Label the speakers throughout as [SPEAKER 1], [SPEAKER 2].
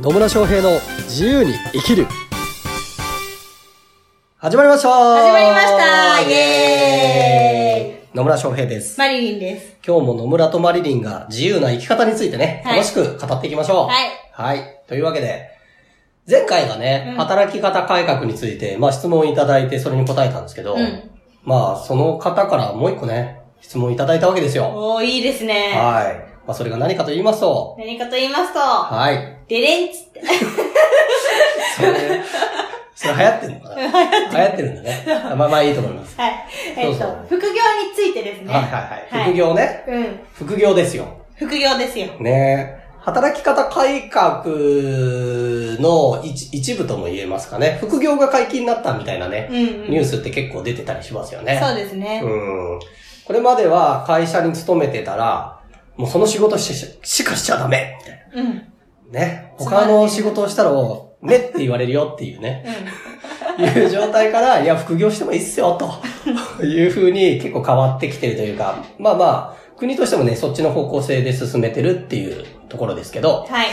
[SPEAKER 1] 野村翔平の自由に生きる始まりました始
[SPEAKER 2] まりましたイエ
[SPEAKER 1] ーイ野村翔平です。
[SPEAKER 2] マリリンです。
[SPEAKER 1] 今日も野村とマリリンが自由な生き方についてね、
[SPEAKER 2] はい
[SPEAKER 1] 楽しく語っていきましょう。
[SPEAKER 2] はい。
[SPEAKER 1] はい。というわけで、前回がね、
[SPEAKER 2] うん
[SPEAKER 1] 働き方改革について、まあ質問いただいてそれに答えたんですけど、
[SPEAKER 2] うん。
[SPEAKER 1] まあその方からもう一個ね、質問いただいたわけですよ。
[SPEAKER 2] おー、いいですね。
[SPEAKER 1] はい。まあそれが何かと言いますと、
[SPEAKER 2] 何かと言いますと、
[SPEAKER 1] はい。
[SPEAKER 2] デレンチって、
[SPEAKER 1] それ、それ流行ってんの かな流行ってるんだね。まあまあいいと思います。
[SPEAKER 2] はい。えっ、
[SPEAKER 1] そうそう
[SPEAKER 2] と、副業についてですね。
[SPEAKER 1] はいはいはい。副業ね。
[SPEAKER 2] うん。
[SPEAKER 1] 副業ですよ。
[SPEAKER 2] 副業ですよ。
[SPEAKER 1] ねえ。働き方改革の一一部とも言えますかね。副業が解禁になったみたいなね、
[SPEAKER 2] うん、うん。
[SPEAKER 1] ニュースって結構出てたりしますよね。
[SPEAKER 2] そうですね。
[SPEAKER 1] うん。これまでは会社に勤めてたら、もうその仕事ししかしちゃダメみたい
[SPEAKER 2] うん。うん。
[SPEAKER 1] なね。他の仕事をしたら、ねって言われるよっていうね、いう状態から、いや、副業してもいいっすよ、というふうに結構変わってきてるというか、まあまあ、国としてもね、そっちの方向性で進めてるっていうところですけど、
[SPEAKER 2] はい。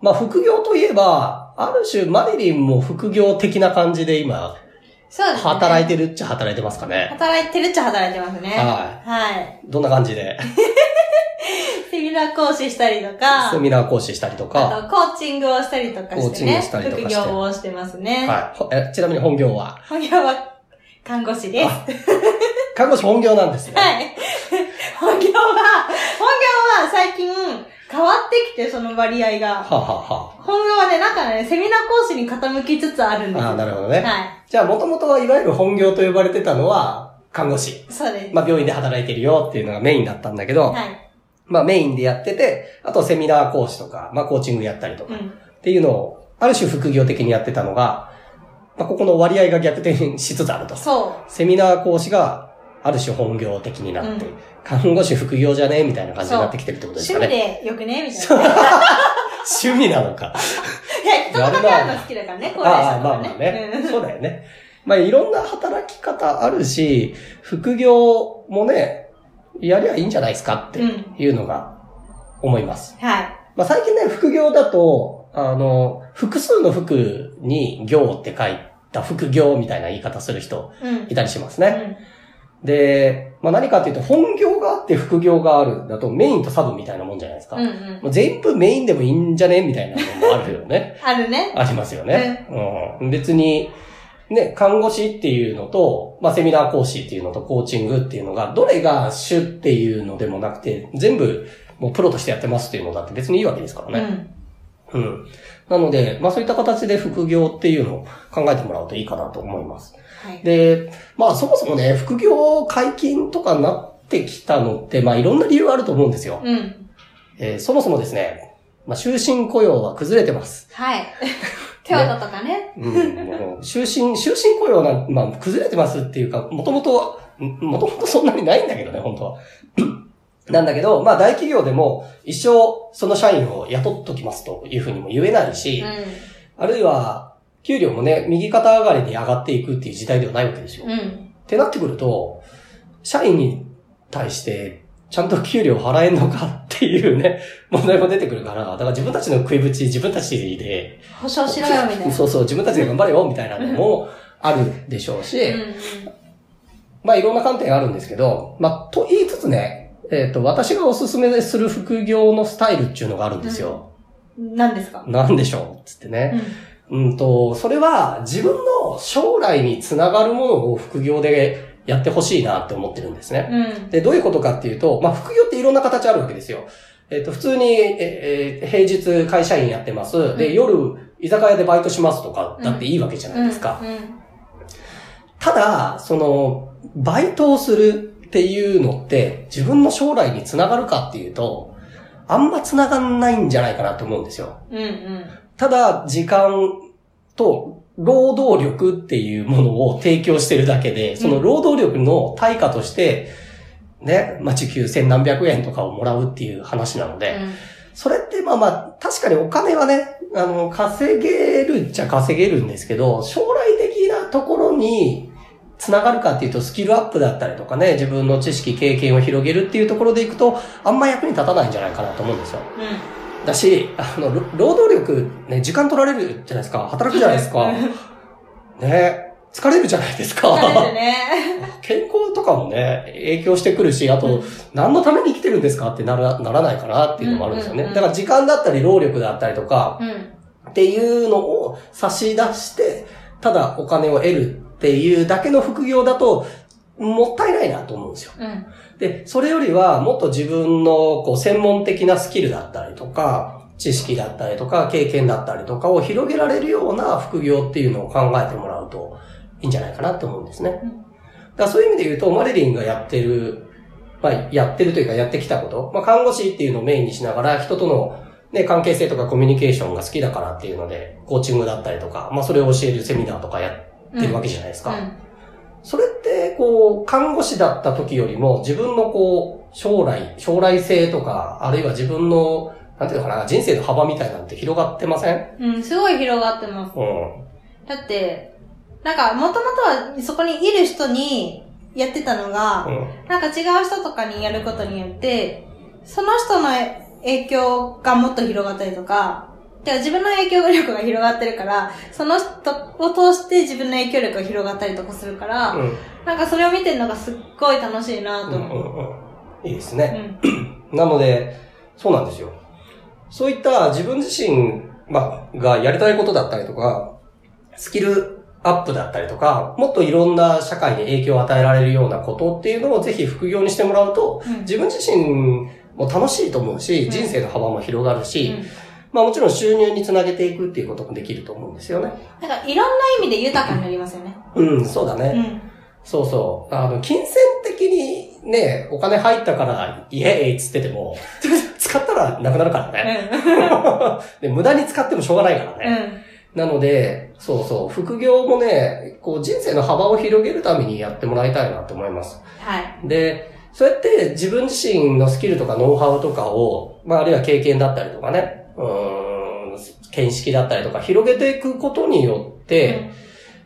[SPEAKER 1] まあ副業といえば、ある種マリリンも副業的な感じで今、
[SPEAKER 2] そうですね。
[SPEAKER 1] 働いて
[SPEAKER 2] て
[SPEAKER 1] るっちゃ働いてますかね。
[SPEAKER 2] 働いてるっちゃ働いてますね。。
[SPEAKER 1] はい
[SPEAKER 2] はい。
[SPEAKER 1] どんな感じで、
[SPEAKER 2] セミナー講師したりとか、
[SPEAKER 1] セミナー講師したりと
[SPEAKER 2] あ
[SPEAKER 1] か、
[SPEAKER 2] と、コーチングをしたりとか
[SPEAKER 1] コ
[SPEAKER 2] し
[SPEAKER 1] ー
[SPEAKER 2] て
[SPEAKER 1] チング
[SPEAKER 2] ね。
[SPEAKER 1] したりとかして
[SPEAKER 2] 副業をしてますね。
[SPEAKER 1] はいほえ。ちなみに本業は、
[SPEAKER 2] い。本業は、看護師です。
[SPEAKER 1] 看護師本業なんですね。
[SPEAKER 2] はい。本業は、本業は最近変わってきて、その割合が。
[SPEAKER 1] はあ、はあは
[SPEAKER 2] 本業はね、なんかね、セミナー講師に傾きつつあるんですよ。
[SPEAKER 1] ああ、なるほどね。
[SPEAKER 2] は
[SPEAKER 1] じゃあ、もともとはいわゆる本業と呼ばれてたのは、看護師。
[SPEAKER 2] い。そうです。
[SPEAKER 1] まあ、病院で働いてるよっていうのがメインだったんだけど、
[SPEAKER 2] はい。
[SPEAKER 1] まあ、メインでやってて、あとセミナー講師とか、まあ、コーチングやったりと
[SPEAKER 2] う
[SPEAKER 1] か、
[SPEAKER 2] ん。
[SPEAKER 1] っていうのを、ある種副業的にやってたのが、まあ、ここの割合が逆転しつつあると。
[SPEAKER 2] そ
[SPEAKER 1] セミナー講師が、ある種本業的になって、
[SPEAKER 2] うん
[SPEAKER 1] 看護師副業じゃねみたいな感じになってきてるってこ
[SPEAKER 2] う。
[SPEAKER 1] とです
[SPEAKER 2] 趣
[SPEAKER 1] か
[SPEAKER 2] 味
[SPEAKER 1] ね。
[SPEAKER 2] でよくねみたいな。い
[SPEAKER 1] 趣味なのか。
[SPEAKER 2] や、人と関わるの好きだからね、高齢
[SPEAKER 1] ああ、
[SPEAKER 2] 者と
[SPEAKER 1] まあ
[SPEAKER 2] か
[SPEAKER 1] ま
[SPEAKER 2] ね。
[SPEAKER 1] あね。
[SPEAKER 2] うん
[SPEAKER 1] そうだよね。まあいろんな働き方あるし、副業もね、やりゃいいんじゃないですかって
[SPEAKER 2] うん
[SPEAKER 1] いうのが思います。
[SPEAKER 2] はい。
[SPEAKER 1] まあ最近ね、副業だと、あの、複数の服に業って書いた副業みたいな言い方する人
[SPEAKER 2] うん。
[SPEAKER 1] いたりします
[SPEAKER 2] う
[SPEAKER 1] ね。
[SPEAKER 2] ん
[SPEAKER 1] で、まあ何かっていうと、本業があって副業があるだとメインとサブみたいなもんじゃないですか。
[SPEAKER 2] うんうん。
[SPEAKER 1] もう全部メインでもいいんじゃねみたいなのもあるよね。
[SPEAKER 2] あるね。
[SPEAKER 1] ありますよね。うん、別に、ね、看護師っていうのと、まあ、セミナー講師っていうのと、コーチングっていうのが、どれが主っていうのでもなくて、全部、もうプロとしてやってますっていうのだって別にいいわけですか
[SPEAKER 2] う
[SPEAKER 1] らね。
[SPEAKER 2] ん。
[SPEAKER 1] うん。なので、まあ、そういった形で副業っていうのを考えてもらうといいかなと思います。
[SPEAKER 2] はい。
[SPEAKER 1] で、まあ、そもそもね、副業解禁とかになってきたのって、まあ、いろんな理由があると思うんですよ。
[SPEAKER 2] うん。
[SPEAKER 1] えーそもそもですね、まあ、終身雇用は崩れてます。
[SPEAKER 2] はい。手技とかね。
[SPEAKER 1] うん、もう終身、終身雇用なん、まあ、崩れてますっていうか、もともと、んもともとそんなにないんだけどね、本当は。なんだけど、まあ、大企業でも、一生、その社員を雇っときますというふうにも言えないし、
[SPEAKER 2] う
[SPEAKER 1] あるいは、給料もね、右肩上がりに上がっていくっていう時代ではないわけですよ。
[SPEAKER 2] ん。うん。
[SPEAKER 1] ってなってくると、社員に対して、ちゃんと給料払えんのかっていうね、問題も出てくるから、だから自分たちの食いぶち、自分たちで
[SPEAKER 2] 保証しろよ、みたいな。
[SPEAKER 1] そうそう、自分たちで頑張れよ、みたいなのもあるでしょうし、
[SPEAKER 2] うん
[SPEAKER 1] まあいろんな観点があるんですけど、まあと言いつつね、えっ、と、私がおすすめする副業のスタイルっていうのがあるんですよ。
[SPEAKER 2] うん。何ですか
[SPEAKER 1] なんでしょうつって
[SPEAKER 2] う
[SPEAKER 1] ね。
[SPEAKER 2] ん。
[SPEAKER 1] うんと、それは自分の将来につながるものを副業でやってほしいなって思ってるんですね。
[SPEAKER 2] うん。
[SPEAKER 1] で、どういうことかっていうと、まあ、副業っていろんな形あるわけですよ。えっ、と、普通に、え、えー、平日会社員やってます。
[SPEAKER 2] う
[SPEAKER 1] で、
[SPEAKER 2] ん
[SPEAKER 1] 夜、居酒屋でバイトしますとか、だっていいわけじゃないですか。
[SPEAKER 2] うん。
[SPEAKER 1] ただ、その、バイトをするっていうのって、自分の将来につながるかっていうと、あんまつながんないんじゃないかなと思うんですよ。
[SPEAKER 2] うん。うん。
[SPEAKER 1] ただ、時間と労働力っていうものを提供してるだけで、その労働力の対価として、ね、まあ、時給千何百円とかをもらうっていう話なので、それってまあまあ、確かにお金はね、あの、稼げるっちゃ稼げるんですけど、将来的なところに、つながるかっていうと、スキルアップだったりとかね、自分の知識、経験を広げるっていうところでいくと、あんま役に立たないんじゃないかなと思うんですよ。
[SPEAKER 2] う
[SPEAKER 1] だし、あの、ろ労働力、ね、時間取られるじゃないですか。働くじゃないですか。ね、疲れるじゃないです
[SPEAKER 2] 疲れ
[SPEAKER 1] か。
[SPEAKER 2] るね。
[SPEAKER 1] 健康とかもね、影響してくるし、あと、何のために生きてるんですかってならならないかなっていうのもあるんですよね。
[SPEAKER 2] うんうんうん
[SPEAKER 1] だから時間だったり、労力だったりとか、
[SPEAKER 2] うん。
[SPEAKER 1] っていうのを差し出して、ただお金を得るっていうだけの副業だと、もったいないなと思うんですよ。
[SPEAKER 2] うん。
[SPEAKER 1] で、それよりは、もっと自分の、こう、専門的なスキルだったりとか、知識だったりとか、経験だったりとかを広げられるような副業っていうのを考えてもらうといいんじゃないかなと思うんですね。だ
[SPEAKER 2] うん
[SPEAKER 1] からそういう意味で言うと、マリリンがやってる、まあ、やってるというかやってきたこと、まあ、看護師っていうのをメインにしながら、人とのね、関係性とかコミュニケーションが好きだからっていうので、コーチングだったりとか、まあ、それを教えるセミナーとかやってるわけじゃないですか。
[SPEAKER 2] うん
[SPEAKER 1] それって、こう、看護師だった時よりも、自分のこう、将来、将来性とか、あるいは自分の、なんていうのかな、人生の幅みたいなのって広がってません
[SPEAKER 2] うん、すごい広がってます。
[SPEAKER 1] うん。
[SPEAKER 2] だって、なんか、もともとはそこにいる人にやってたのが、
[SPEAKER 1] うん。
[SPEAKER 2] なんか違う人とかにやることによって、その人の影響がもっと広がったりとか、てか自分の影響力が広がってるから、その人を通して自分の影響力が広がったりとかするから、
[SPEAKER 1] うん。
[SPEAKER 2] なんかそれを見てるのがすっごい楽しいな
[SPEAKER 1] う
[SPEAKER 2] と
[SPEAKER 1] んう
[SPEAKER 2] 思う。
[SPEAKER 1] んうん。いいです
[SPEAKER 2] う
[SPEAKER 1] ね。
[SPEAKER 2] ん。
[SPEAKER 1] なので、そうなんですよ。そういった自分自身、まあ、がやりたいことだったりとか、スキルアップだったりとか、もっといろんな社会に影響を与えられるようなことっていうのをぜひ副業にしてもらうと、
[SPEAKER 2] うん。
[SPEAKER 1] 自分自身も楽しいと思う
[SPEAKER 2] う
[SPEAKER 1] し、
[SPEAKER 2] ん
[SPEAKER 1] 人生の幅も広がるし、まあもちろん収入につなげていくっていうこともできると思うんですよね。
[SPEAKER 2] うん。なんかいろんな意味で豊かになりますよね。
[SPEAKER 1] うん、そうだね。
[SPEAKER 2] うん。
[SPEAKER 1] そうそう。あの、金銭的にね、お金入ったから、イエーイっつってても、 使ったらなくなるからね。 で無駄に使ってもしょうがないから
[SPEAKER 2] う
[SPEAKER 1] ね。
[SPEAKER 2] ん。
[SPEAKER 1] なので、そうそう、副業もね、こう人生の幅を広げるためにやってもらいたいなと思います。
[SPEAKER 2] はい。
[SPEAKER 1] で、そうやって自分自身のスキルとかノウハウとかを、まあ、あるいは経験だったりとかね、うーん、見識だったりとか広げていくことによって、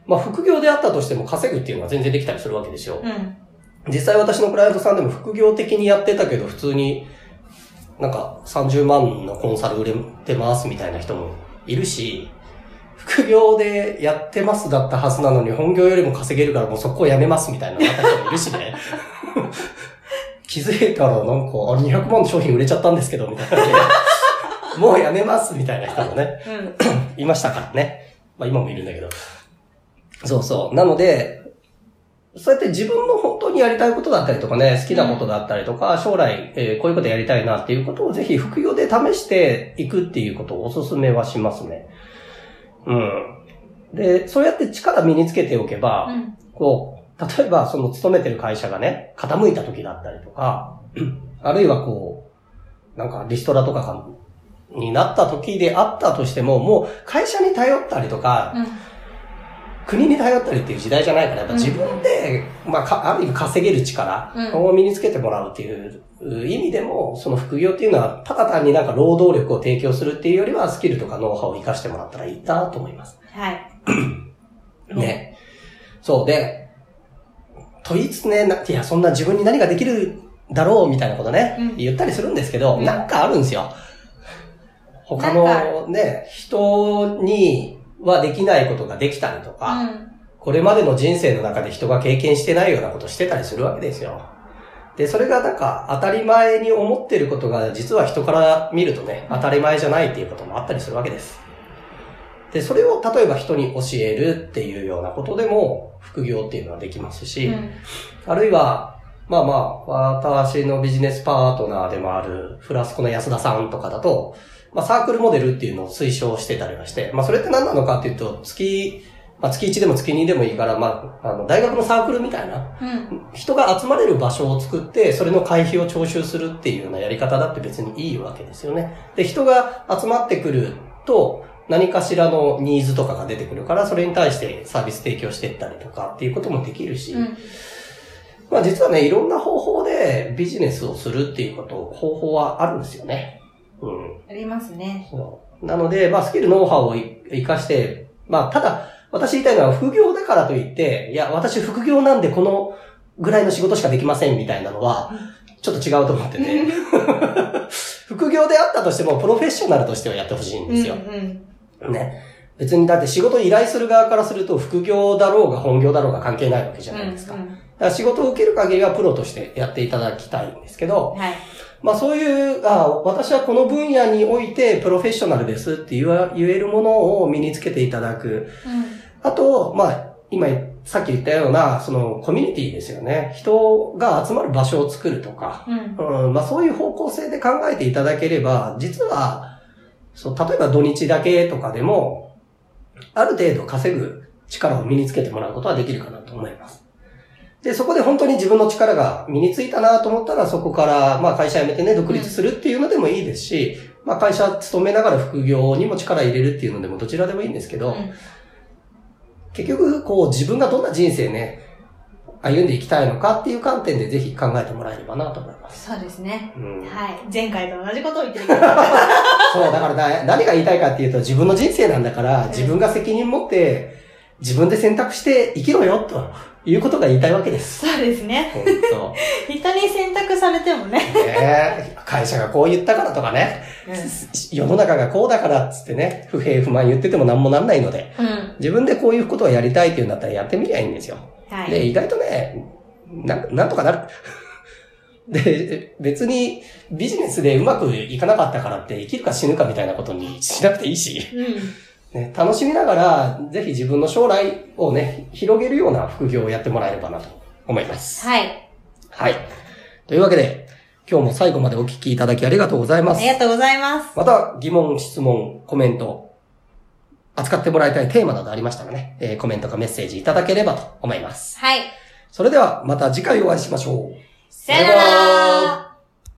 [SPEAKER 1] まあ、副業であったとしても稼ぐっていうのは全然できたりするわけですよ。
[SPEAKER 2] うん。うん。
[SPEAKER 1] 実際私のクライアントさんでも副業的にやってたけど、普通になんか30万のコンサル売れてますみたいな人もいるし、副業でやってますだったはずなのに本業よりも稼げるからもうそこをやめますみたいななった人もいるしね。 気づいたらなんか、あ200万の商品売れちゃったんですけど、みたいなね。もうやめますみたいな人もね。
[SPEAKER 2] うん。
[SPEAKER 1] いましたからね。まあ今もいるんだけど。そうそう。なので、そうやって自分の本当にやりたいことだったりとかね、好きなことだったりとか、将来、えーこういうことやりたいなっていうことをぜひ副業で試していくっていうことをお勧めはしますね。うん。で、そうやって力身につけておけば、
[SPEAKER 2] うん。
[SPEAKER 1] こう、例えばその勤めてる会社がね、傾いた時だったりとか、 あるいはこう、なんかリストラとかがになった時であったとしても、もう会社に頼ったりとか、
[SPEAKER 2] うん。
[SPEAKER 1] 国に頼ったりっていう時代じゃないから、やっぱ自分で、まあか、ある意味稼げる力
[SPEAKER 2] うん
[SPEAKER 1] を身につけてもらうっていう意味でも、その副業っていうのは、ただ単になんか労働力を提供するっていうよりは、スキルとかノウハウを活かしてもらったらいいなと思います。
[SPEAKER 2] はい。
[SPEAKER 1] ね。そうで、と言いつつね、ないや、そんな自分に何ができるだろうみたいなことね、
[SPEAKER 2] うん
[SPEAKER 1] 言ったりするんですけど、
[SPEAKER 2] うん
[SPEAKER 1] なんかあるんですよ。他
[SPEAKER 2] な
[SPEAKER 1] のね、人にはできないことができたりと
[SPEAKER 2] う
[SPEAKER 1] か、
[SPEAKER 2] ん。
[SPEAKER 1] これまでの人生の中で人が経験してないようなことしてたりするわけですよ。で、それがなんか当たり前に思ってることが実は人から見るとね、当たり前じゃないっていうこともあったりするわけです。で、それを例えば人に教えるっていうようなことでも副業っていうのはできますし、
[SPEAKER 2] うん。
[SPEAKER 1] あるいは、まあまあ、私のビジネスパートナーでもあるフラスコの安田さんとかだと、まあサークルモデルっていうのを推奨してたりはして、まあそれって何なのかっていうと、月、まあ月1でも月2でもいいから、まあ、あの、大学のサークルみたいな、
[SPEAKER 2] うん。
[SPEAKER 1] 人が集まれる場所を作って、それの会費を徴収するっていうようなやり方だって別にいいわけですよね。で、人が集まってくると、何かしらのニーズとかが出てくるから、それに対してサービス提供していったりとかっていうこともできるし、
[SPEAKER 2] うん。
[SPEAKER 1] まあ実はね、いろんな方法でビジネスをするっていうこと、方法はあるんですよね。うん。
[SPEAKER 2] ありますね。
[SPEAKER 1] そうなので、まあスキル、ノウハウをい活かして、まあただ、私言いたいのは副業だからといって、いや、私副業なんでこのぐらいの仕事しかできませんみたいなのは、ちょっと違うと思ってて。副業であったとしても、プロフェッショナルとしてはやってほしいん
[SPEAKER 2] う
[SPEAKER 1] で
[SPEAKER 2] ん
[SPEAKER 1] すよ。
[SPEAKER 2] うん。
[SPEAKER 1] ね。別にだって仕事依頼する側からすると、副業だろうが本業だろうが関係ないわけじゃないですか。
[SPEAKER 2] うんう
[SPEAKER 1] だ
[SPEAKER 2] ん
[SPEAKER 1] から仕事を受ける限りはプロとしてやっていただきたいんですけど、
[SPEAKER 2] はい。
[SPEAKER 1] まあそういう、あ私はこの分野においてプロフェッショナルですって言わ言えるものを身につけていただく。あと、まあ今さっき言ったような、そのコミュニティですよね。人が集まる場所を作るとか、
[SPEAKER 2] うん。うん。
[SPEAKER 1] うん、まあそういう方向性で考えていただければ、実は、そう、例えば土日だけとかでも、ある程度稼ぐ力を身につけてもらうことはできるかなと思います。で、そこで本当に自分の力が身についたなと思ったら、そこから、まあ会社辞めてね、独立するっていうのでもいいですし、まあ会社勤めながら副業にも力入れるっていうのでもどちらでもいいんですけど、
[SPEAKER 2] うん
[SPEAKER 1] 結局、こう自分がどんな人生ね、歩んでいきたいのかっていう観点でぜひ考えてもらえればなと思います。
[SPEAKER 2] そうですね。
[SPEAKER 1] うん
[SPEAKER 2] はい。前回と同じことを言ってるけど。
[SPEAKER 1] そう、だからな何が言いたいかっていうと、自分の人生なんだから、自分が責任持って、自分で選択して生きろよ、ということが言いたいわけです。
[SPEAKER 2] そうですね。
[SPEAKER 1] 本当。
[SPEAKER 2] 人に選択されてもね。
[SPEAKER 1] ねえ会社がこう言ったからとかね、世の中がこうだからっつってね、不平不満言ってても何もなんないので、
[SPEAKER 2] うん。
[SPEAKER 1] 自分でこういうことをやりたいっていうんだったらやってみりゃいいんですよ。
[SPEAKER 2] はい。
[SPEAKER 1] で、意外とね、なんなんとかなる。 で、別にビジネスでうまくいかなかったからって生きるか死ぬかみたいなことにしなくていいし。
[SPEAKER 2] うん。
[SPEAKER 1] ね、楽しみながら、ぜひ自分の将来をね、広げるような副業をやってもらえればなと思います。
[SPEAKER 2] はい。
[SPEAKER 1] はい。というわけで、今日も最後までお聞きいただきありがとうございま
[SPEAKER 2] あ
[SPEAKER 1] す
[SPEAKER 2] り。がとうございます。
[SPEAKER 1] また、疑問、質問、コメント、扱ってもらいたいテーマなどありましたらね、えーコメントかメッセージいただければと思います。
[SPEAKER 2] はい。
[SPEAKER 1] それでは、また次回お会いしましょう。
[SPEAKER 2] さよな
[SPEAKER 1] さよな
[SPEAKER 2] ら
[SPEAKER 1] ら